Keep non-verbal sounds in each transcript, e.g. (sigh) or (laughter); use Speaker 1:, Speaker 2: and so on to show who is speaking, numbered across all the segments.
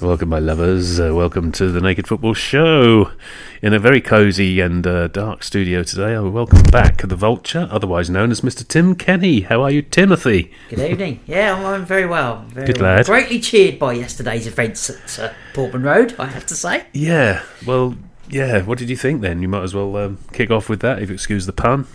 Speaker 1: Welcome, my lovers. Uh, welcome to the Naked Football Show. In a very cosy and uh, dark studio today, I welcome back the Vulture, otherwise known as Mr. Tim Kenny. How are you, Timothy?
Speaker 2: Good evening. Yeah, I'm, I'm very well. Very
Speaker 1: Good
Speaker 2: well.
Speaker 1: lad.
Speaker 2: Greatly cheered by yesterday's events at uh, Portman Road, I have to say.
Speaker 1: Yeah, well, yeah. What did you think then? You might as well um, kick off with that, if you excuse the pun.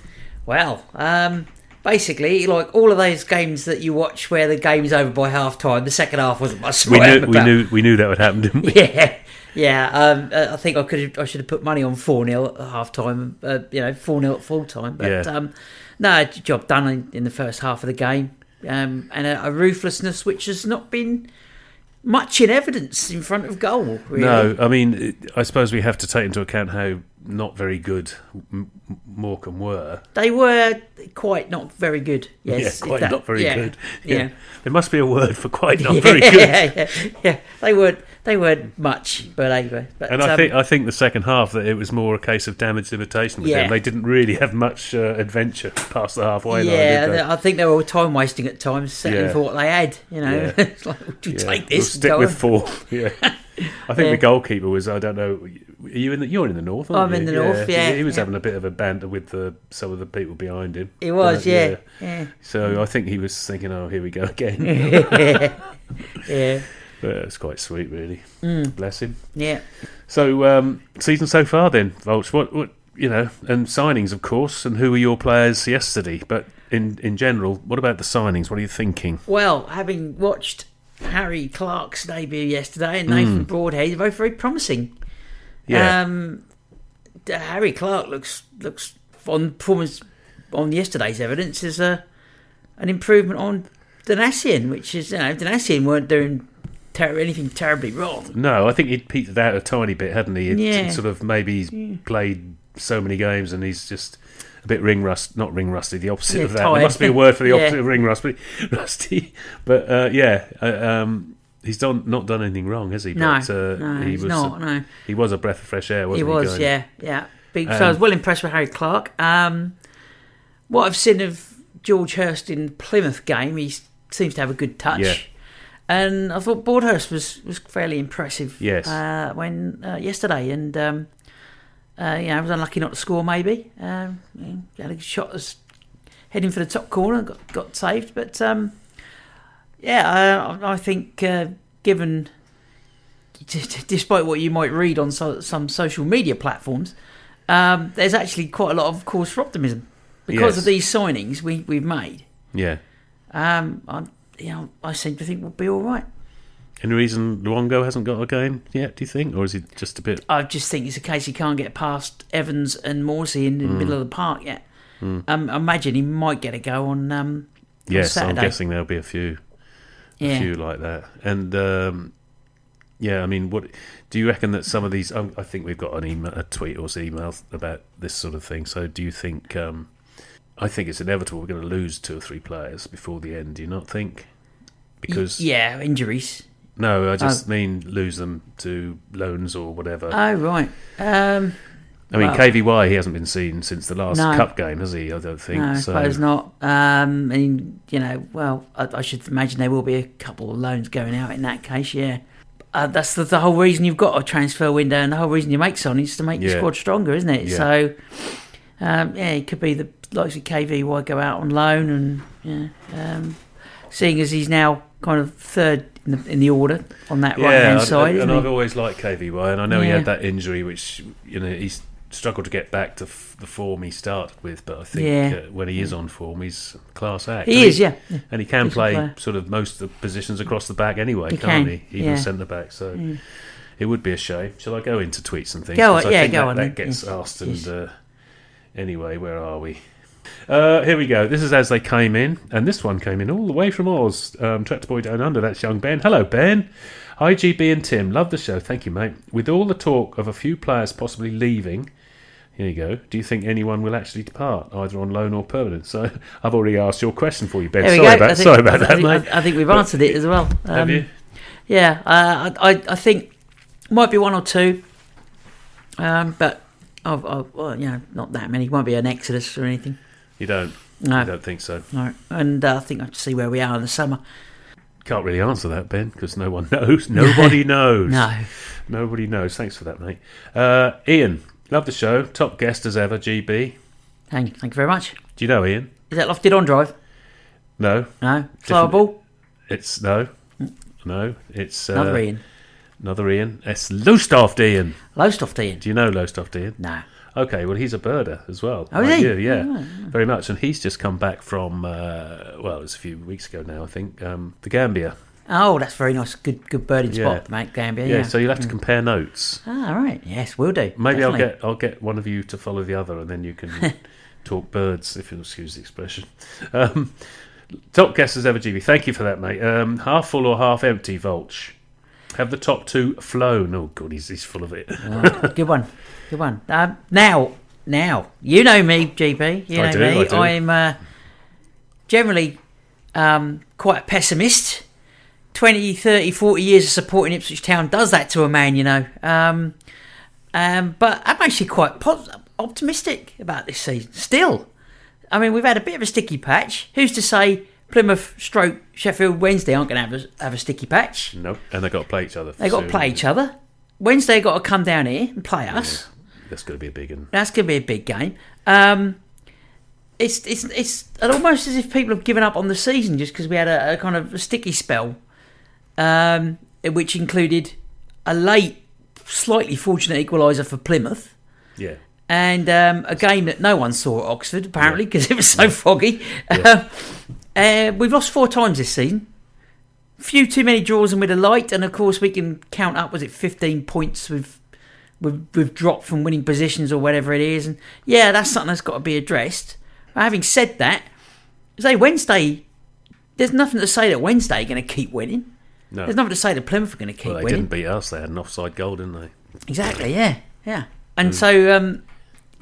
Speaker 2: Well, um, basically, like all of those games that you watch where the game's over by half time, the second half wasn't much. to
Speaker 1: We
Speaker 2: write
Speaker 1: knew,
Speaker 2: home
Speaker 1: we
Speaker 2: about.
Speaker 1: knew, we knew that would happen, didn't we?
Speaker 2: (laughs) Yeah, yeah. Um, uh, I think I could, have I should have put money on four 0 at half time. Uh, you know, four 0 at full time. But
Speaker 1: Yeah.
Speaker 2: um, no, j- job done in, in the first half of the game, um, and a, a ruthlessness which has not been much in evidence in front of goal. Really.
Speaker 1: No, I mean, it- I suppose we have to take into account how not very good M- M- Morecambe were.
Speaker 2: They were quite not very good.
Speaker 1: (laughs)
Speaker 2: Yes,
Speaker 1: yeah, quite
Speaker 2: that-
Speaker 1: not very
Speaker 2: yeah,
Speaker 1: good.
Speaker 2: Yeah,
Speaker 1: There must be a word for quite not
Speaker 2: (laughs) yeah,
Speaker 1: very good.
Speaker 2: yeah, yeah, yeah. They weren't. They weren't much, but they were. But,
Speaker 1: And I
Speaker 2: um,
Speaker 1: think I think the second half that it was more a case of damage limitation with
Speaker 2: Yeah.
Speaker 1: them. They didn't really have much uh, adventure past the halfway
Speaker 2: yeah,
Speaker 1: line. Did they?
Speaker 2: they- I think they were all time wasting at times, settling
Speaker 1: Yeah.
Speaker 2: for what they had. You know,
Speaker 1: Yeah.
Speaker 2: (laughs) it's like, would you
Speaker 1: Yeah.
Speaker 2: take
Speaker 1: We'll
Speaker 2: this? and
Speaker 1: stick
Speaker 2: go
Speaker 1: with
Speaker 2: on?
Speaker 1: four. (laughs) Yeah, I think
Speaker 2: Yeah.
Speaker 1: the goalkeeper was. I don't know. Are you in the? You're in the north. Aren't
Speaker 2: I'm in
Speaker 1: you?
Speaker 2: the north, yeah,
Speaker 1: he was
Speaker 2: yeah.
Speaker 1: having a bit of a banter with the some of the people behind him.
Speaker 2: It was,
Speaker 1: But,
Speaker 2: yeah, yeah,
Speaker 1: So I think he was thinking, "Oh, here we go (laughs) again."
Speaker 2: yeah,
Speaker 1: but it was quite sweet, really.
Speaker 2: Mm.
Speaker 1: Bless him.
Speaker 2: yeah.
Speaker 1: So um, season so far, then, Vulch. What what you know, and signings, of course. And who were your players yesterday? But in in general, what about the signings? What are you thinking?
Speaker 2: Well, having watched Harry Clark's debut yesterday
Speaker 1: Hmm.
Speaker 2: and Nathan Broadhead, they're both very promising.
Speaker 1: Yeah,
Speaker 2: Um, d- Harry Clark looks looks on performance on yesterday's evidence is a an improvement on Danasian, which is you know Danasian weren't doing ter- anything terribly wrong.
Speaker 1: no, I think he'd petered out a tiny bit, hadn't he? It,
Speaker 2: Yeah.
Speaker 1: it sort of maybe he's played so many games and he's just. A bit ring rust, not ring rusty, the opposite
Speaker 2: Yeah,
Speaker 1: of that.
Speaker 2: tired.
Speaker 1: There must be a word for the
Speaker 2: (laughs) Yeah.
Speaker 1: opposite of ring rusty. (laughs) Rusty, but uh, yeah, uh, um, he's done not done anything wrong, has he?
Speaker 2: No,
Speaker 1: but, uh,
Speaker 2: no,
Speaker 1: he
Speaker 2: he's
Speaker 1: was
Speaker 2: not. no,
Speaker 1: he was a breath of fresh air,
Speaker 2: he
Speaker 1: wasn't he?
Speaker 2: was.
Speaker 1: going-
Speaker 2: Yeah, yeah. Big, so I was well impressed with Harry Clark. Um, what I've seen of George Hurst in Plymouth game, he s- seems to have a good touch.
Speaker 1: Yeah.
Speaker 2: And I thought Broadhurst was, was fairly impressive.
Speaker 1: Yes.
Speaker 2: Uh, when uh, yesterday, and um, uh, you know, I was unlucky not to score. Maybe um, you know, had a shot as heading for the top corner, got got saved. But um, yeah, I, I think uh, given despite what you might read on so, some social media platforms, um, there's actually quite a lot of cause for optimism because
Speaker 1: Yes.
Speaker 2: of these signings we, we've made.
Speaker 1: yeah.
Speaker 2: Um, I, you know, I seem to think we'll be all right.
Speaker 1: Any reason Luongo hasn't got a game yet, do you think? Or is he just a bit.
Speaker 2: I just think it's a case he can't get past Evans and Morsey in the middle
Speaker 1: Mm.
Speaker 2: of the park yet. Um, I imagine he might get a go on. Um,
Speaker 1: Yes, I'm
Speaker 2: Saturday.
Speaker 1: guessing there'll be a few,
Speaker 2: yeah,
Speaker 1: a few like that. And um, yeah, I mean, what do you reckon that some of these? Um, I think we've got an email, a tweet or some email about this sort of thing. So do you think? Um, I think it's inevitable we're going to lose two or three players before the end. Do you not think? Because
Speaker 2: yeah, injuries.
Speaker 1: no, I
Speaker 2: uh,
Speaker 1: just mean lose them to loans or whatever.
Speaker 2: Oh right. Um,
Speaker 1: I mean,
Speaker 2: well-
Speaker 1: KVY he hasn't been seen since the last
Speaker 2: No.
Speaker 1: cup game, has he? I don't think.
Speaker 2: no, I
Speaker 1: so.
Speaker 2: suppose not. Um, and you know, well, I, I should imagine there will be a couple of loans going out in that case. Yeah, uh, that's the, the whole reason you've got a transfer window, and the whole reason you make signings is to make your
Speaker 1: Yeah.
Speaker 2: squad stronger, isn't it?
Speaker 1: Yeah.
Speaker 2: So, um, yeah, it could be the likes of KVY go out on loan, and yeah, um, seeing as he's now kind of third in the, in the order on that right hand
Speaker 1: I-
Speaker 2: side,
Speaker 1: And,
Speaker 2: isn't
Speaker 1: I've
Speaker 2: he?
Speaker 1: always liked KVY, and I know he
Speaker 2: Yeah.
Speaker 1: had that injury, which you know he's struggled to get back to f- the form he started with. But I think
Speaker 2: Yeah.
Speaker 1: uh, when he is on form, he's class act.
Speaker 2: He
Speaker 1: And
Speaker 2: is, yeah. yeah.
Speaker 1: and he can
Speaker 2: He's a
Speaker 1: play
Speaker 2: player.
Speaker 1: sort of most of the positions across the back anyway,
Speaker 2: He
Speaker 1: can't
Speaker 2: can,
Speaker 1: he? Even
Speaker 2: yeah.
Speaker 1: centre back. So it would be a shame. Shall I go into tweets and things?
Speaker 2: Go
Speaker 1: 'Cause
Speaker 2: on,
Speaker 1: I
Speaker 2: yeah,
Speaker 1: think
Speaker 2: go
Speaker 1: that,
Speaker 2: on
Speaker 1: That
Speaker 2: then.
Speaker 1: gets asked. And
Speaker 2: yes.
Speaker 1: uh, anyway, where are we? Uh, here we go. This is as they came in, and this one came in all the way from Oz. Um, Tractor Boy Down Under, that's young Ben. Hello, Ben. Hi, GB and Tim. Love the show. Thank you, mate. With all the talk of a few players possibly leaving, here you go. Do you think anyone will actually depart, either on loan or permanent? So (laughs) I've already asked your question for you, Ben.
Speaker 2: There we
Speaker 1: Sorry
Speaker 2: go. I
Speaker 1: about,
Speaker 2: think-
Speaker 1: sorry about
Speaker 2: I
Speaker 1: that,
Speaker 2: think-
Speaker 1: mate.
Speaker 2: I, I think we've
Speaker 1: But-
Speaker 2: answered it as well.
Speaker 1: Have
Speaker 2: Um,
Speaker 1: you?
Speaker 2: Yeah, uh, I, I I think might be one or two, um, but I've, I've, well, you know, not that many. Won't be an exodus or anything.
Speaker 1: You don't.
Speaker 2: No,
Speaker 1: I don't think so.
Speaker 2: no. And uh, I think I have to see where we are in the summer.
Speaker 1: Can't really answer that, Ben, because no one (laughs) knows. Nobody knows.
Speaker 2: (laughs) No.
Speaker 1: Nobody knows. Thanks for that, mate. Uh, Ian, love the show. Top guest as ever, GB.
Speaker 2: Thank, thank you very much.
Speaker 1: Do you know Ian?
Speaker 2: Is that lofted on drive?
Speaker 1: No,
Speaker 2: No. Flower
Speaker 1: Different-
Speaker 2: ball?
Speaker 1: it's no, no, it's uh,
Speaker 2: Mm. Another Ian.
Speaker 1: Another Ian. It's Lowestoft Ian.
Speaker 2: Lowestoft Ian?
Speaker 1: Do you know Lowestoft Ian?
Speaker 2: No.
Speaker 1: Okay, well, he's a birder as well.
Speaker 2: Oh, is
Speaker 1: like
Speaker 2: he?
Speaker 1: You, yeah, very much. And he's just come back from, uh, well, it was a few weeks ago now, I think, um, the Gambia.
Speaker 2: Oh, that's very nice. Good good birding
Speaker 1: Yeah.
Speaker 2: spot, mate, Gambia.
Speaker 1: Yeah,
Speaker 2: Yeah.
Speaker 1: so you'll have to compare notes.
Speaker 2: Ah, right. Yes, will do.
Speaker 1: Maybe
Speaker 2: Definitely.
Speaker 1: I'll get I'll get one of you to follow the other, and then you
Speaker 2: (laughs)
Speaker 1: can talk birds, if you'll excuse the expression. (laughs) Um, top guest as ever, GB. Thank you for that, mate. Um, half full or half empty, Vulch. Have the top two flown? Oh, God, he's, he's full of it. (laughs)
Speaker 2: Oh, (laughs) good one. Good one. Um, now, now, you know me, GB. You
Speaker 1: I
Speaker 2: know
Speaker 1: do,
Speaker 2: me.
Speaker 1: I do.
Speaker 2: am uh, generally um, quite a pessimist. 20, 30, 40 years of supporting Ipswich Town does that to a man, you know. Um, um, but I'm actually quite pos- optimistic about this season still. I mean, we've had a bit of a sticky patch. Who's to say Plymouth, Stroke, Sheffield Wednesday aren't going to have a, have a sticky patch?
Speaker 1: no, and they got to play each other.
Speaker 2: They got to
Speaker 1: soon.
Speaker 2: play each other. Wednesday got to come down here and play us.
Speaker 1: That's going to be a big one.
Speaker 2: That's going to be a big game. Um, it's it's it's almost as if people have given up on the season just because we had a, a kind of sticky spell, um, which included a late, slightly fortunate equaliser for Plymouth
Speaker 1: Yeah.
Speaker 2: and um, a game that no one saw at Oxford apparently because it was so foggy. Um, Uh, we've lost four times this season. Few too many draws and with a light, and of course we can count up. Was it fifteen points we've we've, we've dropped from winning positions or whatever it is? And yeah, that's something that's got to be addressed. But having said that, say Wednesday, there's nothing to say that Wednesday are going to keep winning.
Speaker 1: No.
Speaker 2: There's nothing to say that Plymouth are going to keep
Speaker 1: Well, they
Speaker 2: winning.
Speaker 1: didn't beat us. They had an offside goal, didn't they?
Speaker 2: Exactly. Yeah. Yeah. And so, um,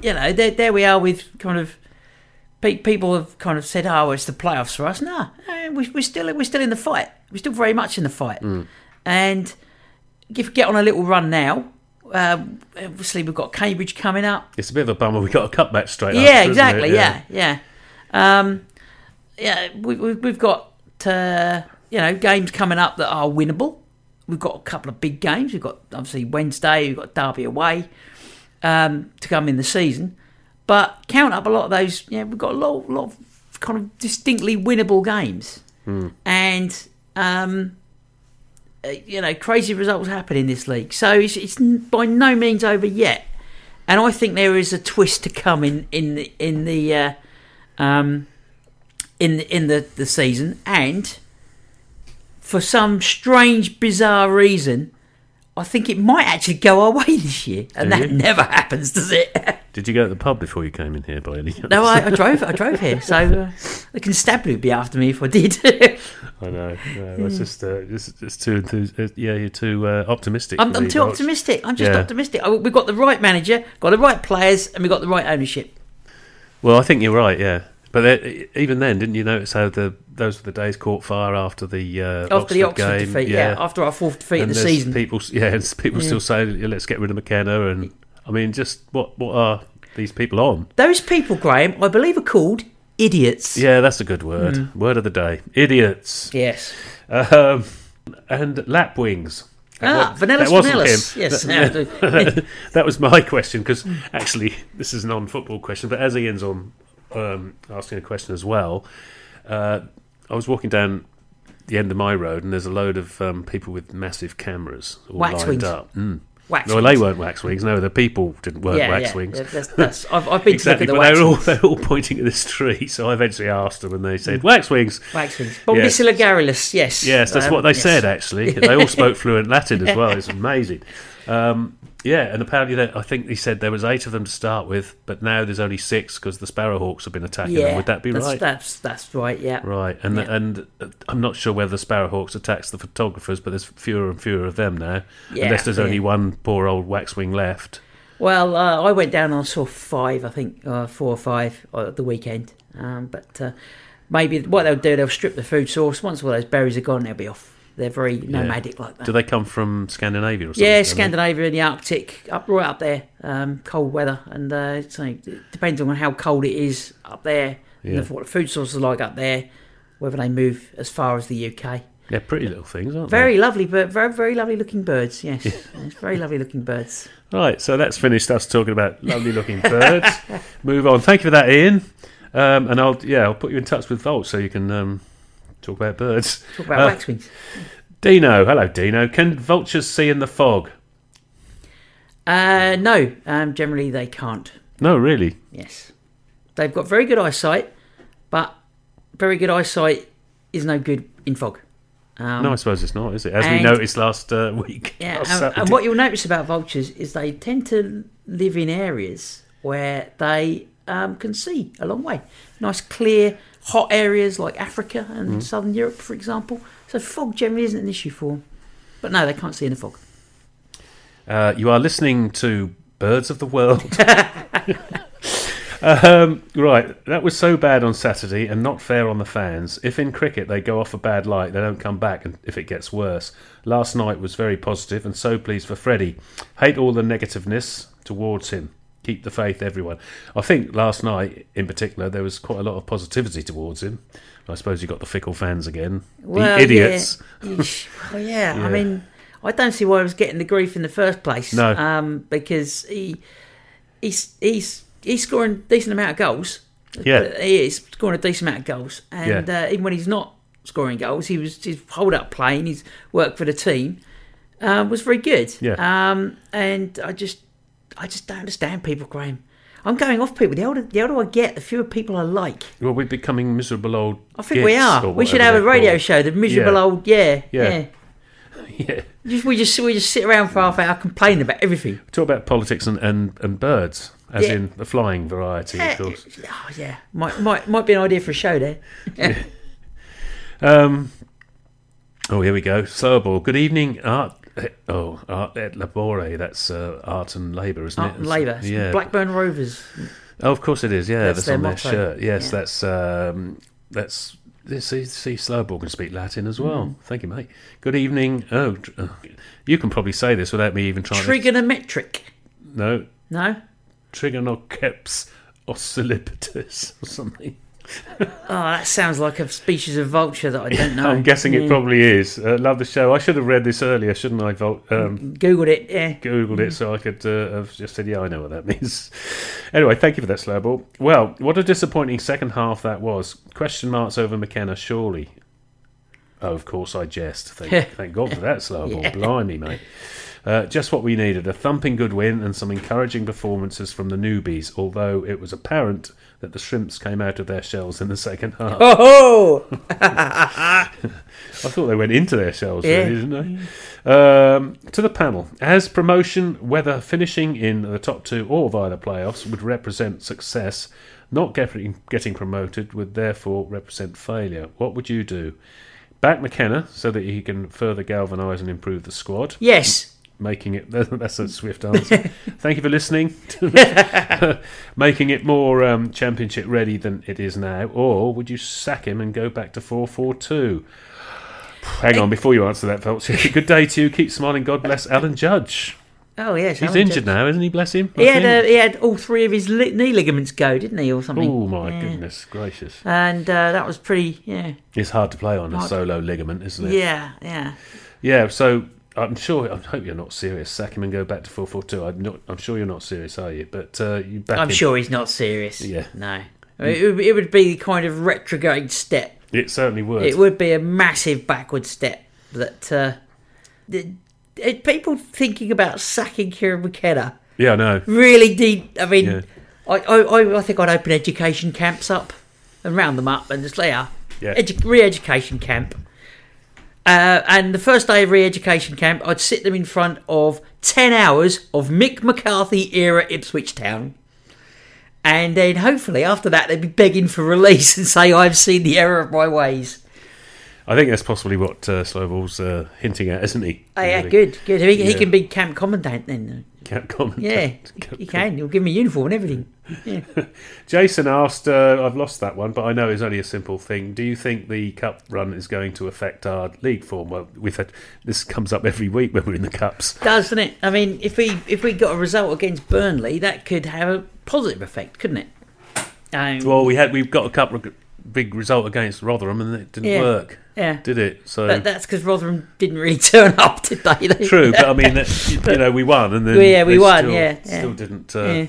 Speaker 2: you know, there, there we are with kind of pe- people have kind of said, "Oh, it's the playoffs for us." No, eh, we, we're still we're still in the fight. We're still very much in the fight. And if we get on a little run now, um, obviously we've got Cambridge coming up.
Speaker 1: It's a bit of a bummer. We got a cup match straight after,
Speaker 2: Yeah,
Speaker 1: isn't it?
Speaker 2: exactly. Yeah, yeah. Um, yeah, we, we, we've got uh, you know games coming up that are winnable. We've got a couple of big games. We've got obviously Wednesday. We've got Derby away um, to come in the season. But count up a lot of those. Yeah, we've got a lot, lot of kind of distinctly winnable games,
Speaker 1: Hmm.
Speaker 2: and um, uh, you know, crazy results happen in this league. So it's, it's n- by no means over yet and I think there is a twist to come in in the in the uh, um, in the- in the the season, and for some strange, bizarre reason, I think it might actually go our way this year, and
Speaker 1: Do
Speaker 2: that
Speaker 1: you?
Speaker 2: never (laughs) happens,
Speaker 1: (laughs)
Speaker 2: does it?
Speaker 1: Did you go to the pub before you came in here by any chance?
Speaker 2: no, I, I drove I drove here, so uh, the constabulary would be after me if I did. (laughs)
Speaker 1: I know. No,
Speaker 2: Hmm.
Speaker 1: it's just, uh, it's, it's too enthus- Yeah, you're too uh, optimistic.
Speaker 2: I'm, I'm
Speaker 1: really,
Speaker 2: too
Speaker 1: Mark.
Speaker 2: optimistic. I'm just
Speaker 1: Yeah.
Speaker 2: optimistic. I, we've got the right manager, got the right players, and we've got the right ownership.
Speaker 1: Well, I think you're right. Yeah, but that- even then, didn't you notice how the those were the days caught fire after the uh,
Speaker 2: After the Oxford
Speaker 1: game?
Speaker 2: defeat, yeah. after our fourth defeat
Speaker 1: and
Speaker 2: of the
Speaker 1: there's
Speaker 2: season,
Speaker 1: people, s- yeah, (laughs) and people still saying, yeah, "Let's get rid of McKenna." And I mean, just what what are these people on?
Speaker 2: Those people, Graham, I believe are called idiots.
Speaker 1: Yeah, that's a good word.
Speaker 2: Hmm.
Speaker 1: Word of the day: idiots.
Speaker 2: Yes.
Speaker 1: Um, and lapwings.
Speaker 2: Ah,
Speaker 1: wa-
Speaker 2: Vanellis
Speaker 1: that wasn't
Speaker 2: Vanellis.
Speaker 1: him.
Speaker 2: Yes.
Speaker 1: That, (laughs) that was my question because actually this is a non-football question, but as Ian's on um, asking a question as well, uh, I was walking down the end of my road and there's a load of um, people with massive cameras all
Speaker 2: Wax
Speaker 1: lined
Speaker 2: wings.
Speaker 1: up. Mm.
Speaker 2: Wax.
Speaker 1: No, they weren't wax wings. No, the people didn't weren't
Speaker 2: yeah,
Speaker 1: wax
Speaker 2: yeah.
Speaker 1: wings.
Speaker 2: That's, that's, I've, I've been
Speaker 1: Exactly,
Speaker 2: to
Speaker 1: but
Speaker 2: look at
Speaker 1: they
Speaker 2: the
Speaker 1: were all
Speaker 2: wax
Speaker 1: (laughs)
Speaker 2: wings. Hmm.
Speaker 1: they were all pointing at this tree. So I eventually asked them, and they said, "Wax wings."
Speaker 2: Wax wings.
Speaker 1: Yes.
Speaker 2: Bombicilla garrulus, yes.
Speaker 1: Yes, that's
Speaker 2: Um,
Speaker 1: what they
Speaker 2: yes.
Speaker 1: said. Actually, they all spoke fluent Latin as well. It's amazing. Um, yeah, and apparently, they, I think they said there was eight of them to start with, but now there's only six because the Sparrowhawks have been attacking
Speaker 2: Yeah.
Speaker 1: them. Would that be
Speaker 2: that's,
Speaker 1: right?
Speaker 2: That's, that's right, yeah.
Speaker 1: Right, and
Speaker 2: Yeah.
Speaker 1: and uh, I'm not sure whether the Sparrowhawks attacks the photographers, but there's fewer and fewer of them now.
Speaker 2: Yeah,
Speaker 1: unless there's
Speaker 2: yeah.
Speaker 1: only one poor old waxwing left.
Speaker 2: Well, uh, I went down and I saw five, I think, uh, four or five uh, at the weekend. Um, but uh, maybe what they'll do, they'll strip the food source. Once all those berries are gone, they'll be off. They're very nomadic like that.
Speaker 1: Do they come from Scandinavia or something?
Speaker 2: Yeah,
Speaker 1: don't they?
Speaker 2: Scandinavia and the Arctic, up right up there, um, cold weather, and uh, so it depends on how cold it is up there,
Speaker 1: Yeah.
Speaker 2: and if what the food sources are like up there, whether they move as far as the UK.
Speaker 1: They're pretty little things, aren't
Speaker 2: Very lovely, but very very lovely looking
Speaker 1: (laughs)
Speaker 2: birds. Yes, Yes, very lovely looking birds.
Speaker 1: they? Right, so that's finished us talking about lovely looking
Speaker 2: (laughs)
Speaker 1: birds. Move on. Thank you for that, Ian. Um, and I'll yeah, I'll put you in touch with Volt so you can um, talk about birds.
Speaker 2: Talk about
Speaker 1: Uh,
Speaker 2: waxwings.
Speaker 1: Dino, hello Dino. Can vultures see in the fog?
Speaker 2: Uh, no, um, generally they can't.
Speaker 1: No, really.
Speaker 2: Yes, they've got very good eyesight, but very good eyesight is no good in fog. Um,
Speaker 1: No, I suppose it's not, is it? As we
Speaker 2: and-
Speaker 1: noticed last uh, week. (laughs)
Speaker 2: Yeah,
Speaker 1: last
Speaker 2: and, and
Speaker 1: Saturday.
Speaker 2: what you'll notice about vultures is they tend to live in areas where they um, can see a long way. Nice, clear, hot areas like Africa and southern Europe, for example. So fog generally isn't an issue for them. But no, they can't see in the fog.
Speaker 1: Uh, you are listening to Birds of the
Speaker 2: (laughs)
Speaker 1: World. um, right, that was so bad on Saturday and not fair on the fans. If in cricket they go off a bad light, they don't come back and if it gets worse. Last night was very positive and so pleased for Freddie. Hate all the negativeness towards him. Keep the faith, everyone. I think last night in particular there was quite a lot of positivity towards him. I suppose you got the fickle fans again.
Speaker 2: Well,
Speaker 1: the idiots.
Speaker 2: Yeah. Yeesh. well,
Speaker 1: (laughs)
Speaker 2: yeah.
Speaker 1: Yeah.
Speaker 2: I mean, I don't see why he was getting the grief in the first place.
Speaker 1: No.
Speaker 2: Um, because he he's he's he's scoring decent amount of goals.
Speaker 1: Yeah.
Speaker 2: But he is scoring a decent amount of goals, and uh, even when he's not scoring goals, he was his hold up play and his work for the team uh, was very good.
Speaker 1: Yeah.
Speaker 2: Um, and I just I just don't understand people, Graham. I'm going off people. The older the older I get, the fewer people I like.
Speaker 1: Well, we're becoming miserable old.
Speaker 2: I think we
Speaker 1: gits
Speaker 2: are.
Speaker 1: or
Speaker 2: We should
Speaker 1: whatever
Speaker 2: have a
Speaker 1: they're
Speaker 2: radio
Speaker 1: called.
Speaker 2: show. The miserable
Speaker 1: Yeah.
Speaker 2: old yeah,
Speaker 1: Yeah.
Speaker 2: yeah.
Speaker 1: (laughs) Yeah.
Speaker 2: Just, we just we just sit around for half an hour complaining about everything.
Speaker 1: Talk about politics and, and, and birds, as
Speaker 2: Yeah.
Speaker 1: in the flying variety, of course.
Speaker 2: Oh yeah, might might might be an idea for a show there.
Speaker 1: Um, oh, here we go. Sobel. Good evening, Art. Oh, Art et Labore. That's uh, Art and Labour, isn't it?
Speaker 2: Art and Labour, It's
Speaker 1: Yeah.
Speaker 2: Blackburn Rovers.
Speaker 1: Oh, of course it is. Yeah, that's,
Speaker 2: That's their
Speaker 1: on their
Speaker 2: motto.
Speaker 1: shirt. Yes,
Speaker 2: Yeah.
Speaker 1: that's um, that's. See, see, Slowball can speak Latin as well.
Speaker 2: Mm.
Speaker 1: Thank you, mate. Good evening. Oh, tr- oh, you can probably say this without me even trying
Speaker 2: Trigonometric.
Speaker 1: to. No,
Speaker 2: No,
Speaker 1: Trigonoceps oscilliptus or something.
Speaker 2: oh that sounds like a species of vulture that I
Speaker 1: (laughs)
Speaker 2: don't know. Mm.
Speaker 1: I'm guessing it
Speaker 2: Yeah.
Speaker 1: probably is. Uh, love the show. I should have read this earlier, shouldn't I? Vol- um,
Speaker 2: Googled it. Yeah.
Speaker 1: Googled it so I could uh, have just said, yeah, I know what that (laughs) means. anyway, thank you for that, Slowball. Well, what a disappointing second half that was. Question marks over McKenna, surely. Oh, of course, I jest. Thank, thank God for that, Slowball. Blimey, mate. Uh, just what we needed a thumping good win and some encouraging performances from the newbies, although it was apparent that the shrimps came out of their shells in the second half.
Speaker 2: Oh, ho!
Speaker 1: I thought they went into their shells,
Speaker 2: Yeah.
Speaker 1: really, didn't they? Um, to the panel, as promotion, whether finishing in the top two or via the playoffs would represent success, not getting getting promoted would therefore represent failure. What would you do? Back McKenna so that he can further galvanise and improve the squad,
Speaker 2: yes.
Speaker 1: making it. (laughs) That's
Speaker 2: (laughs)
Speaker 1: a swift answer. Thank you for listening.
Speaker 2: (laughs)
Speaker 1: (laughs) making it more um, championship ready than it is now, or would you sack him and go back to four four two? Hang on, before you answer that, Feltz. (laughs) Good day to you. Keep smiling. God bless Alan Judge.
Speaker 2: Oh yes.
Speaker 1: He's
Speaker 2: I
Speaker 1: injured now, isn't he? Bless him.
Speaker 2: He
Speaker 1: I
Speaker 2: had
Speaker 1: think.
Speaker 2: uh, he had all three of his li- knee ligaments go, didn't he, or something?
Speaker 1: oh my
Speaker 2: Yeah.
Speaker 1: goodness gracious!
Speaker 2: And uh, that was pretty. Yeah.
Speaker 1: It's hard to play on a
Speaker 2: Hard.
Speaker 1: solo ligament, isn't it?
Speaker 2: Yeah. Yeah.
Speaker 1: Yeah, So I'm sure. I hope you're not serious. Sack him and go back to four four two. I'm not. I'm sure you're not serious, are you? But uh, you back.
Speaker 2: I'm
Speaker 1: him.
Speaker 2: sure he's not serious.
Speaker 1: Yeah.
Speaker 2: No. I mean, It would, it would be the kind of retrograde step.
Speaker 1: it certainly would.
Speaker 2: It would be a massive backward step that uh, the, it, people thinking about sacking Kieran McKenna
Speaker 1: yeah, I know.
Speaker 2: really did. I mean,
Speaker 1: Yeah.
Speaker 2: I, I, I, I think I'd open education camps up and round them up and just lay out
Speaker 1: Yeah.
Speaker 2: edu- re-education camp. Uh, and the first day of re-education camp, I'd sit them in front of ten hours of Mick McCarthy era Ipswich Town, and then hopefully after that they'd be begging for release (laughs) and say, "I've seen the error of my ways."
Speaker 1: I think that's possibly what uh, Slowball's uh, hinting at, isn't he?
Speaker 2: Oh, yeah,
Speaker 1: Really?
Speaker 2: good, good. He, he
Speaker 1: Yeah.
Speaker 2: can be camp commandant then.
Speaker 1: Can't comment. (laughs)
Speaker 2: Yeah,
Speaker 1: Can't
Speaker 2: he
Speaker 1: comment.
Speaker 2: can. He'll give me a uniform and everything.
Speaker 1: Jason asked, uh, I've lost that one, but I know it's only a simple thing. Do you think the cup run is going to affect our league form? Well, we've had this comes up every week when we're in the cups.
Speaker 2: doesn't it? I mean, if we if we got a result against Burnley, that could have a positive effect, couldn't it? Um,
Speaker 1: Well, we had we've got a cup reg- big result against Rotherham, and it didn't
Speaker 2: Yeah.
Speaker 1: work,
Speaker 2: Yeah.
Speaker 1: did it? So
Speaker 2: But that's because Rotherham didn't really (laughs) turn up, did they? They-
Speaker 1: um, true, but uh, I
Speaker 2: (laughs)
Speaker 1: mean, that, you know, we won, and then
Speaker 2: Well, yeah, we
Speaker 1: they
Speaker 2: won,
Speaker 1: Still,
Speaker 2: yeah, yeah.
Speaker 1: still didn't. Uh,
Speaker 2: yeah.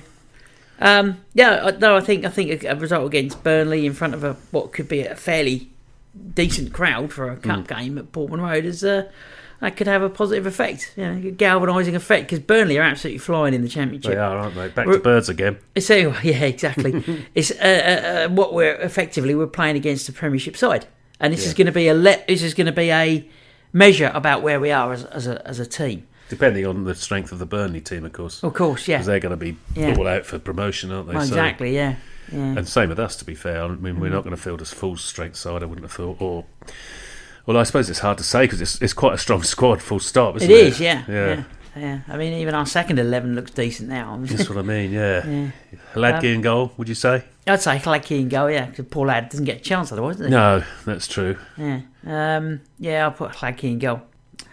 Speaker 2: Um, yeah, I- no, I think I think a result against Burnley in front of a what could be a fairly decent crowd for a cup
Speaker 1: Hmm.
Speaker 2: game at Portman Road is uh, that could have a positive effect, you know, a galvanising effect because Burnley are absolutely flying in the championship.
Speaker 1: They are, aren't they? Back
Speaker 2: We're-
Speaker 1: to birds again.
Speaker 2: It's anyway, (laughs)
Speaker 1: (laughs)
Speaker 2: yeah, exactly. it's uh, uh, uh, what we're effectively we're playing against the Premiership side, and this is
Speaker 1: Yeah.
Speaker 2: going to be a le- this is going to be a measure about where we are as, as a as a team.
Speaker 1: Depending on the strength of the Burnley team, of course,
Speaker 2: Of course, yeah,
Speaker 1: because they're going to be
Speaker 2: Yeah.
Speaker 1: all out for promotion, aren't they? So-
Speaker 2: exactly, Mm-hmm. yeah, yeah.
Speaker 1: And same with us, to be fair. I mean, we're not going to field as full strength side. I wouldn't have thought. Or, well, I suppose it's hard to say because it's, it's quite a strong (laughs) squad. Full stop, isn't
Speaker 2: It
Speaker 1: it?
Speaker 2: is, yeah,
Speaker 1: Yeah.
Speaker 2: yeah, yeah. I mean, even our second eleven looks decent now. (laughs)
Speaker 1: That's what I mean. Yeah.
Speaker 2: yeah. Um,
Speaker 1: Ladke in goal, would you say?
Speaker 2: I'd say Kalaki and go, yeah, because Paul Ladd doesn't get a chance otherwise, does he?
Speaker 1: No, that's true.
Speaker 2: Yeah, um, yeah, I'll put Kalaki and go.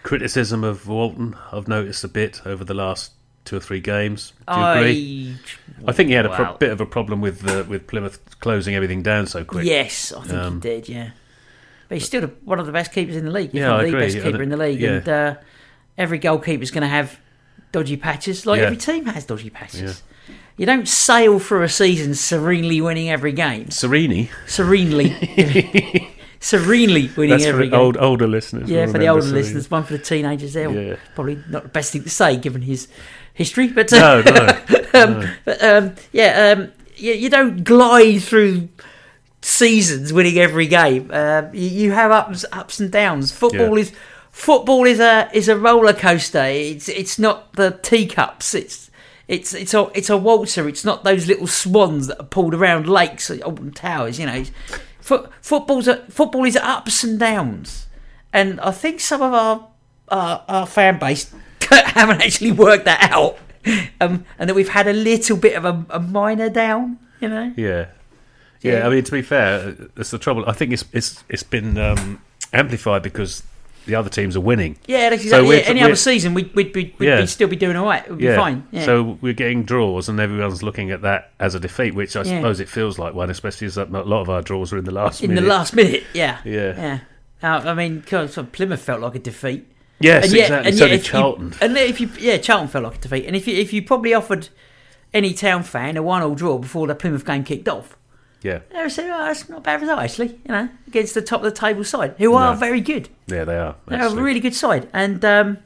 Speaker 1: Criticism of Walton, I've noticed a bit over the last two or three games. Do you agree?
Speaker 2: I,
Speaker 1: I think he had a pro-
Speaker 2: Well-
Speaker 1: bit of a problem with uh, with Plymouth closing everything down so quick.
Speaker 2: Yes, I think
Speaker 1: Um,
Speaker 2: he did. Yeah, but he's still the- one of the best keepers in the league. He's
Speaker 1: Yeah, I
Speaker 2: one of the
Speaker 1: agree,
Speaker 2: best
Speaker 1: and
Speaker 2: keeper in the league,
Speaker 1: yeah.
Speaker 2: and uh, every goalkeeper's going to have dodgy patches. Like
Speaker 1: Yeah.
Speaker 2: every team has dodgy patches. You don't sail through a season serenely winning every game.
Speaker 1: Serini,
Speaker 2: Serenely,
Speaker 1: (laughs)
Speaker 2: serenely winning
Speaker 1: that's for
Speaker 2: every
Speaker 1: the
Speaker 2: game.
Speaker 1: old, older listeners.
Speaker 2: yeah,
Speaker 1: will
Speaker 2: for the
Speaker 1: remember Serini.
Speaker 2: older listeners, one for the teenagers. There,
Speaker 1: Yeah.
Speaker 2: probably not the best thing to say given his history, (laughs) but uh,
Speaker 1: No, no.
Speaker 2: but um, yeah, um, you, you don't glide through seasons winning every game. Um you, you have ups, ups and downs. Football
Speaker 1: Yeah.
Speaker 2: is football is a is a roller coaster. It's it's not the teacups. It's it's it's a it's a waltzer. It's not those little swans that are pulled around lakes or Alton Towers. You know, It's- foot, football's a, football is ups and downs, and I think some of our our, our fan base (laughs) haven't actually worked that out, um, and that we've had a little bit of a, a minor down. You know,
Speaker 1: (laughs) Yeah. Yeah,
Speaker 2: Yeah.
Speaker 1: I mean, to be fair, that's the trouble. I think it's it's it's been um, amplified because the other teams are winning.
Speaker 2: yeah, that's
Speaker 1: So
Speaker 2: exactly.
Speaker 1: we're-
Speaker 2: it. Any
Speaker 1: we're-
Speaker 2: other season, we'd, we'd, be, we'd
Speaker 1: Yeah.
Speaker 2: be still be doing all right. We'd
Speaker 1: Yeah.
Speaker 2: be fine. Yeah.
Speaker 1: So we're getting draws, and everyone's looking at that as a defeat, which I
Speaker 2: Yeah.
Speaker 1: suppose it feels like one, especially as a lot of our draws are in the last
Speaker 2: in
Speaker 1: minute.
Speaker 2: the last minute, yeah,
Speaker 1: Yeah.
Speaker 2: yeah. Now, I mean, 'cause Plymouth felt like a defeat.
Speaker 1: Yes, exactly. so did
Speaker 2: if
Speaker 1: Charlton.
Speaker 2: You, and if you, yeah, Charlton felt like a defeat. And if you, if you probably offered any town fan a one-all draw before the Plymouth game kicked off,
Speaker 1: yeah,
Speaker 2: they would say, "Oh, that's not a bad result actually." You know, against the top of the table side, who are
Speaker 1: No.
Speaker 2: very good.
Speaker 1: yeah, they are.
Speaker 2: They're a
Speaker 1: actually.
Speaker 2: really good side, and um,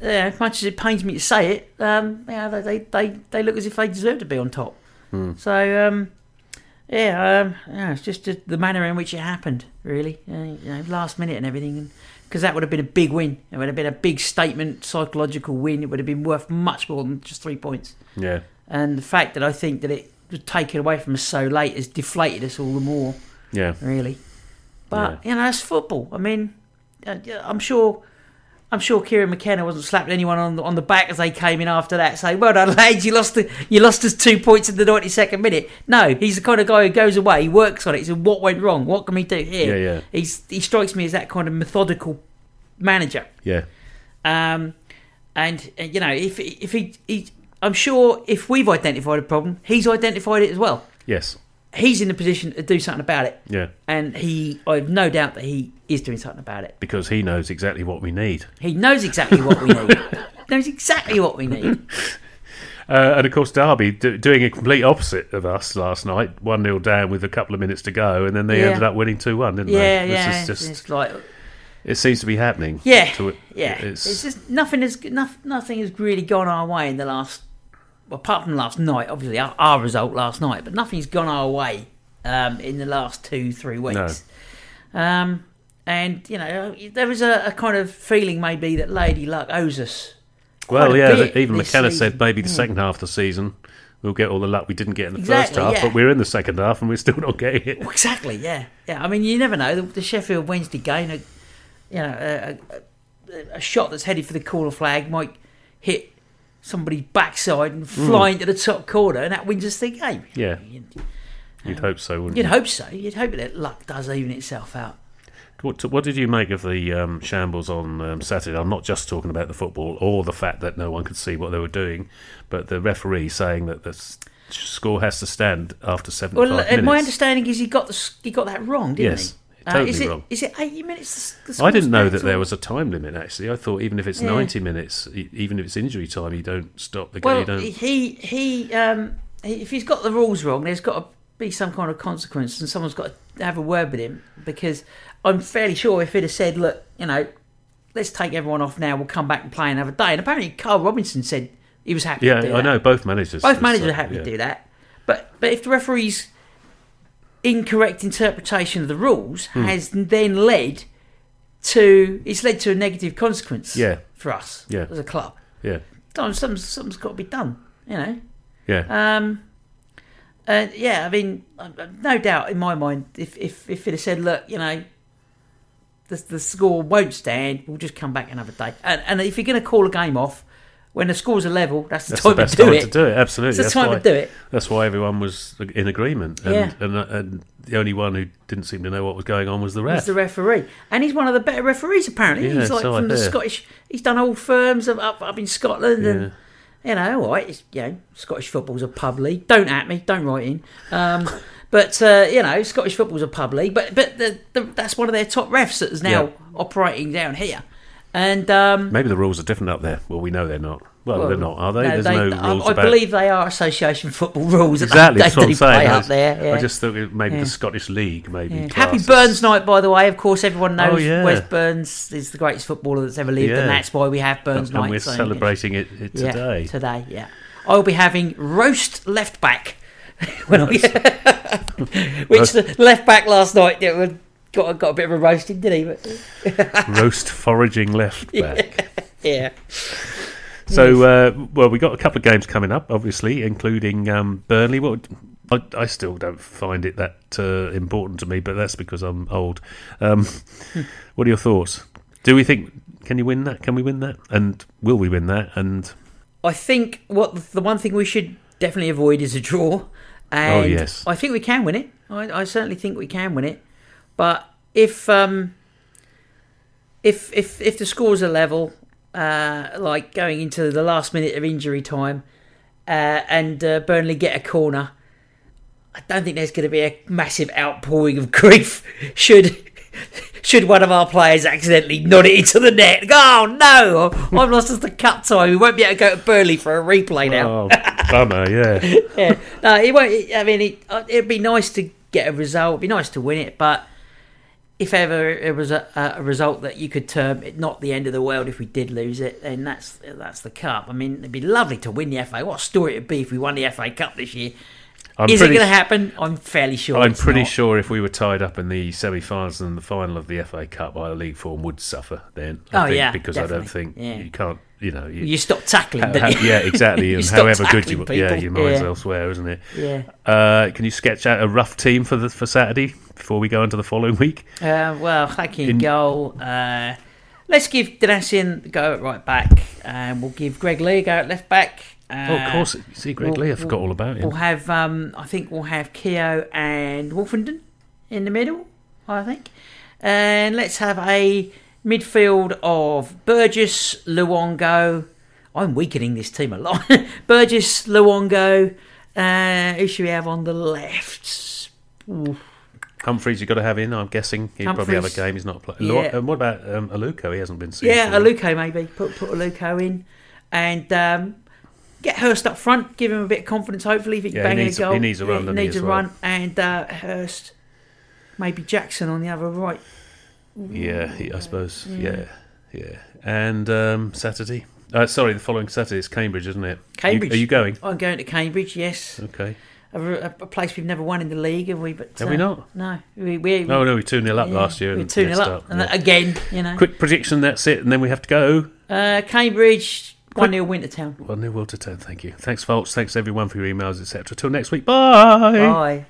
Speaker 2: yeah, as much as it pains me to say it, um, yeah, they, they they they look as if they deserve to be on top. So um, yeah, um, yeah, it's just the- the manner in which it happened, really, uh, you know, last minute and everything, because that would have been a big win. It would have been a big statement, psychological win. It would have been worth much more than just three points.
Speaker 1: yeah,
Speaker 2: And the fact that I think that it was taken away from us so late has deflated us all the more
Speaker 1: yeah,
Speaker 2: really. But you know, it's football. I mean, uh, yeah, I'm sure, I'm sure Kieran McKenna wasn't slapping anyone on the, on the back as they came in after that, saying, "Well done, lads, you lost the, you lost us two points in the 92nd minute." No, he's the kind of guy who goes away, he works on it. He says, "What went wrong? What can we do here?"
Speaker 1: Yeah, yeah.
Speaker 2: He's he strikes me as that kind of methodical manager.
Speaker 1: yeah,
Speaker 2: Um, and uh, you know, if if he, he, I'm sure if we've identified a problem, he's identified it as well.
Speaker 1: yes,
Speaker 2: He's in the position to do something about it
Speaker 1: yeah,
Speaker 2: and he I've no doubt that he is doing something about it.
Speaker 1: because he knows exactly what we need.
Speaker 2: He knows exactly what we
Speaker 1: (laughs)
Speaker 2: need. knows exactly what we need.
Speaker 1: Uh, and of course, Derby do, doing a complete opposite of us last night, one 0 down with a couple of minutes to go, and then they
Speaker 2: Yeah.
Speaker 1: ended up winning two one, didn't
Speaker 2: Yeah,
Speaker 1: they?
Speaker 2: yeah.
Speaker 1: This is just
Speaker 2: it's like
Speaker 1: it seems to be happening.
Speaker 2: yeah,
Speaker 1: to it.
Speaker 2: yeah.
Speaker 1: It's,
Speaker 2: It's, just nothing has nothing, nothing has really gone our way in the last. Well, apart from last night, obviously our, our result last night, but nothing's gone our way um, in the last two three weeks. Um, and you know, there is a, a kind of feeling maybe that Lady Luck owes us.
Speaker 1: well,
Speaker 2: quite a
Speaker 1: yeah.
Speaker 2: bit
Speaker 1: Even
Speaker 2: this
Speaker 1: McKenna
Speaker 2: season. Hmm.
Speaker 1: said maybe the second half of the season we'll get all the luck we didn't get in the first
Speaker 2: Exactly,
Speaker 1: half,
Speaker 2: yeah.
Speaker 1: but we're in the second half and we're still not getting
Speaker 2: (laughs)
Speaker 1: it.
Speaker 2: Exactly. Yeah. Yeah. I mean, you never know. The, the Sheffield Wednesday game, uh, you know, a, a, a shot that's headed for the corner flag might hit somebody's backside and fly into the top corner, and that wins us the game.
Speaker 1: Hmm. Yeah.
Speaker 2: You'd,
Speaker 1: You'd hope so, wouldn't
Speaker 2: you'd
Speaker 1: you?
Speaker 2: hope so. You'd hope that luck does even itself out.
Speaker 1: What, what did you make of the um, shambles on um, Saturday? I'm not just talking about the football or the fact that no one could see what they were doing, but the referee saying that this, score has to stand after 75
Speaker 2: Well,
Speaker 1: minutes.
Speaker 2: my understanding is he got the, s- he got that wrong, didn't
Speaker 1: Yes,
Speaker 2: he? Uh,
Speaker 1: totally
Speaker 2: is it,
Speaker 1: wrong.
Speaker 2: Is it 80 minutes? the s- the
Speaker 1: I didn't
Speaker 2: score's
Speaker 1: know
Speaker 2: down
Speaker 1: that
Speaker 2: to?
Speaker 1: there was a time limit. Actually, I thought even if it's
Speaker 2: Yeah.
Speaker 1: ninety minutes, e- even if it's injury time, you don't stop the game.
Speaker 2: Well,
Speaker 1: you don't.
Speaker 2: he he um he, if he's got the rules wrong, there's got to be some kind of consequence, and someone's got to have a word with him because I'm fairly sure if he'd have said, look, you know, let's take everyone off now, we'll come back and play another day. And apparently, Carl Robinson said he was happy.
Speaker 1: yeah,
Speaker 2: to do
Speaker 1: I
Speaker 2: that.
Speaker 1: know both managers.
Speaker 2: Both managers are
Speaker 1: yeah.
Speaker 2: happy to do that, but but if the referee's incorrect interpretation of the rules
Speaker 1: Hmm.
Speaker 2: has then led to it's led to a negative consequence.
Speaker 1: Yeah.
Speaker 2: for us
Speaker 1: Yeah.
Speaker 2: as a club,
Speaker 1: Yeah,
Speaker 2: Something- something's, something's got to be done. You know.
Speaker 1: yeah,
Speaker 2: Um, uh, yeah, I mean, uh, no doubt in my mind, if if if it had said, look, you know, the the score won't stand, we'll just come back another day. And, and if you're going to call a game off when the scores are level, that's the
Speaker 1: that's the
Speaker 2: time
Speaker 1: best
Speaker 2: to do
Speaker 1: time
Speaker 2: it.
Speaker 1: to do it. Absolutely,
Speaker 2: It's the
Speaker 1: that's
Speaker 2: time
Speaker 1: why,
Speaker 2: to do it.
Speaker 1: That's why everyone was in agreement, and,
Speaker 2: Yeah.
Speaker 1: and uh, and the only one who didn't seem to know what was going on was the
Speaker 2: He's
Speaker 1: ref.
Speaker 2: the referee, and he's one of the better referees apparently.
Speaker 1: Yeah,
Speaker 2: he's like
Speaker 1: so I
Speaker 2: from the
Speaker 1: hear.
Speaker 2: Scottish. He's done old firms up up, up in Scotland,
Speaker 1: Yeah.
Speaker 2: and you know, all right, it's, you know, Scottish football's a pub league. Don't at me, don't write in. Um, (laughs) but uh, you know, Scottish football's a pub league. But but the, the, that's one of their top refs that is now
Speaker 1: Yeah.
Speaker 2: operating down here, and um,
Speaker 1: Maybe the rules are different up there. Well, we know they're not. Well,
Speaker 2: Well,
Speaker 1: they're not, are they?
Speaker 2: no,
Speaker 1: There's
Speaker 2: they-
Speaker 1: no
Speaker 2: I,
Speaker 1: rules
Speaker 2: I
Speaker 1: about
Speaker 2: believe they are association football rules.
Speaker 1: exactly.
Speaker 2: that
Speaker 1: That's
Speaker 2: they,
Speaker 1: what I'm
Speaker 2: do
Speaker 1: saying.
Speaker 2: play
Speaker 1: I,
Speaker 2: up
Speaker 1: was-
Speaker 2: there.
Speaker 1: I
Speaker 2: yeah.
Speaker 1: just thought it- maybe
Speaker 2: Yeah.
Speaker 1: the Scottish League, maybe
Speaker 2: Yeah. Happy
Speaker 1: classes-
Speaker 2: Burns Night, by the way. Of course, everyone knows
Speaker 1: Oh, yeah.
Speaker 2: Wes Burns is the greatest footballer that's ever lived,
Speaker 1: Yeah.
Speaker 2: and that's why we have Burns
Speaker 1: and
Speaker 2: Night.
Speaker 1: we're
Speaker 2: so-
Speaker 1: celebrating it, it
Speaker 2: yeah,
Speaker 1: today.
Speaker 2: Today, yeah. I'll be having roast left back. (laughs) when I, (laughs) which the left back last night that was- got got a bit of a roasting, did he? But,
Speaker 1: Roast foraging
Speaker 2: (laughs)
Speaker 1: left back.
Speaker 2: yeah.
Speaker 1: So, uh, well, we got a couple of games coming up, obviously, including um, Burnley. What I, I still don't find it that uh, important to me, but that's because I'm old. Um,
Speaker 2: Hmm.
Speaker 1: what are your thoughts? Do we think can you win that? Can we win that? And will we win that? And
Speaker 2: I think what the one thing we should definitely avoid is a draw. And
Speaker 1: yes.
Speaker 2: I think we can win it. I, I certainly think we can win it. But if um, if if if the scores are level, uh, like going into the last minute of injury time, uh, and uh, Burnley get a corner, I don't think there's going to be a massive outpouring of grief (laughs) should. Should one of our players accidentally nod it into the net? Oh no! I've lost us the cut time. We won't be able to go to Burnley for a replay now
Speaker 1: oh, bummer,
Speaker 2: (laughs)
Speaker 1: yeah,
Speaker 2: yeah. No, it won't. It, I mean, it, uh, it'd be nice to get a result. It'd be nice to win it, but if ever it was a, a a result that you could term it not the end of the world if we did lose it, then that's that's the cup. I mean, it'd be lovely to win the FA. What a story it'd be if we won the FA Cup this year.
Speaker 1: I'm
Speaker 2: Is it
Speaker 1: pretty.
Speaker 2: going to happen? I'm fairly sure.
Speaker 1: I'm
Speaker 2: it's
Speaker 1: pretty
Speaker 2: not.
Speaker 1: sure if we were tied up in the semi-finals and the final of the FA Cup, our league form would suffer then. I
Speaker 2: Oh,
Speaker 1: think,
Speaker 2: yeah,
Speaker 1: because I don't
Speaker 2: definitely.
Speaker 1: think
Speaker 2: Yeah.
Speaker 1: you can't. You know, you, (laughs)
Speaker 2: You stop tackling,
Speaker 1: How-
Speaker 2: (laughs) don't you?
Speaker 1: yeah, exactly. and
Speaker 2: stop
Speaker 1: however good you,
Speaker 2: tackling
Speaker 1: yeah,
Speaker 2: people.
Speaker 1: your mind's
Speaker 2: Yeah.
Speaker 1: elsewhere, isn't it?
Speaker 2: Yeah.
Speaker 1: Uh, can you sketch out a rough team for the for Saturday before we go into the following week?
Speaker 2: Uh, well, Hakim
Speaker 1: In-
Speaker 2: in goal. Uh, let's give Danasian a go at right back, and we'll give Greg Lee a go at left back. Uh,
Speaker 1: oh, of course. You see, Greg
Speaker 2: we'll-
Speaker 1: Lee, I forgot all about him.
Speaker 2: We'll have, um, I think we'll have Keogh and Wolfenden in the middle, I think. And let's have a midfield of Burgess, Luongo. I'm weakening this team a lot. (laughs) Burgess, Luongo. Uh, who should we have on the left? Ooh,
Speaker 1: Humphreys, you've got to have in. I'm guessing he'll probably have a
Speaker 2: Humphreys.
Speaker 1: game. He's not playing.
Speaker 2: Yeah.
Speaker 1: And what about um, Aluko? He hasn't been seen.
Speaker 2: Yeah,
Speaker 1: for-
Speaker 2: Aluko maybe. Put put Aluko in. And um, get Hurst up front, give him a bit of confidence, hopefully, if he can
Speaker 1: Yeah, he
Speaker 2: bang in
Speaker 1: needs-
Speaker 2: a goal.
Speaker 1: he needs a run, doesn't he,
Speaker 2: needs
Speaker 1: as
Speaker 2: a
Speaker 1: well?
Speaker 2: run. And uh, Hurst, maybe Jackson on the other right.
Speaker 1: Yeah, he, I suppose. Yeah, yeah. And um, Saturday. Uh, sorry, the following Saturday is Cambridge, isn't it? You-
Speaker 2: Cambridge.
Speaker 1: are you going?
Speaker 2: I'm going to Cambridge, yes.
Speaker 1: Okay.
Speaker 2: A, a, a place we've never won in the league, have we? But,
Speaker 1: Have
Speaker 2: uh,
Speaker 1: we not?
Speaker 2: No. We, we,
Speaker 1: No, no, we 2 0 up
Speaker 2: yeah,
Speaker 1: last year.
Speaker 2: We're
Speaker 1: and
Speaker 2: 2 0
Speaker 1: messed
Speaker 2: up. and
Speaker 1: yeah.
Speaker 2: Again, you know.
Speaker 1: Quick prediction, that's it, and then we have to go.
Speaker 2: Uh, Cambridge, 1 0 Wintertown.
Speaker 1: Well, New World to 10, thank you. Thanks, folks. Thanks, everyone, for your emails, etc. Till next week. Bye.
Speaker 2: Bye.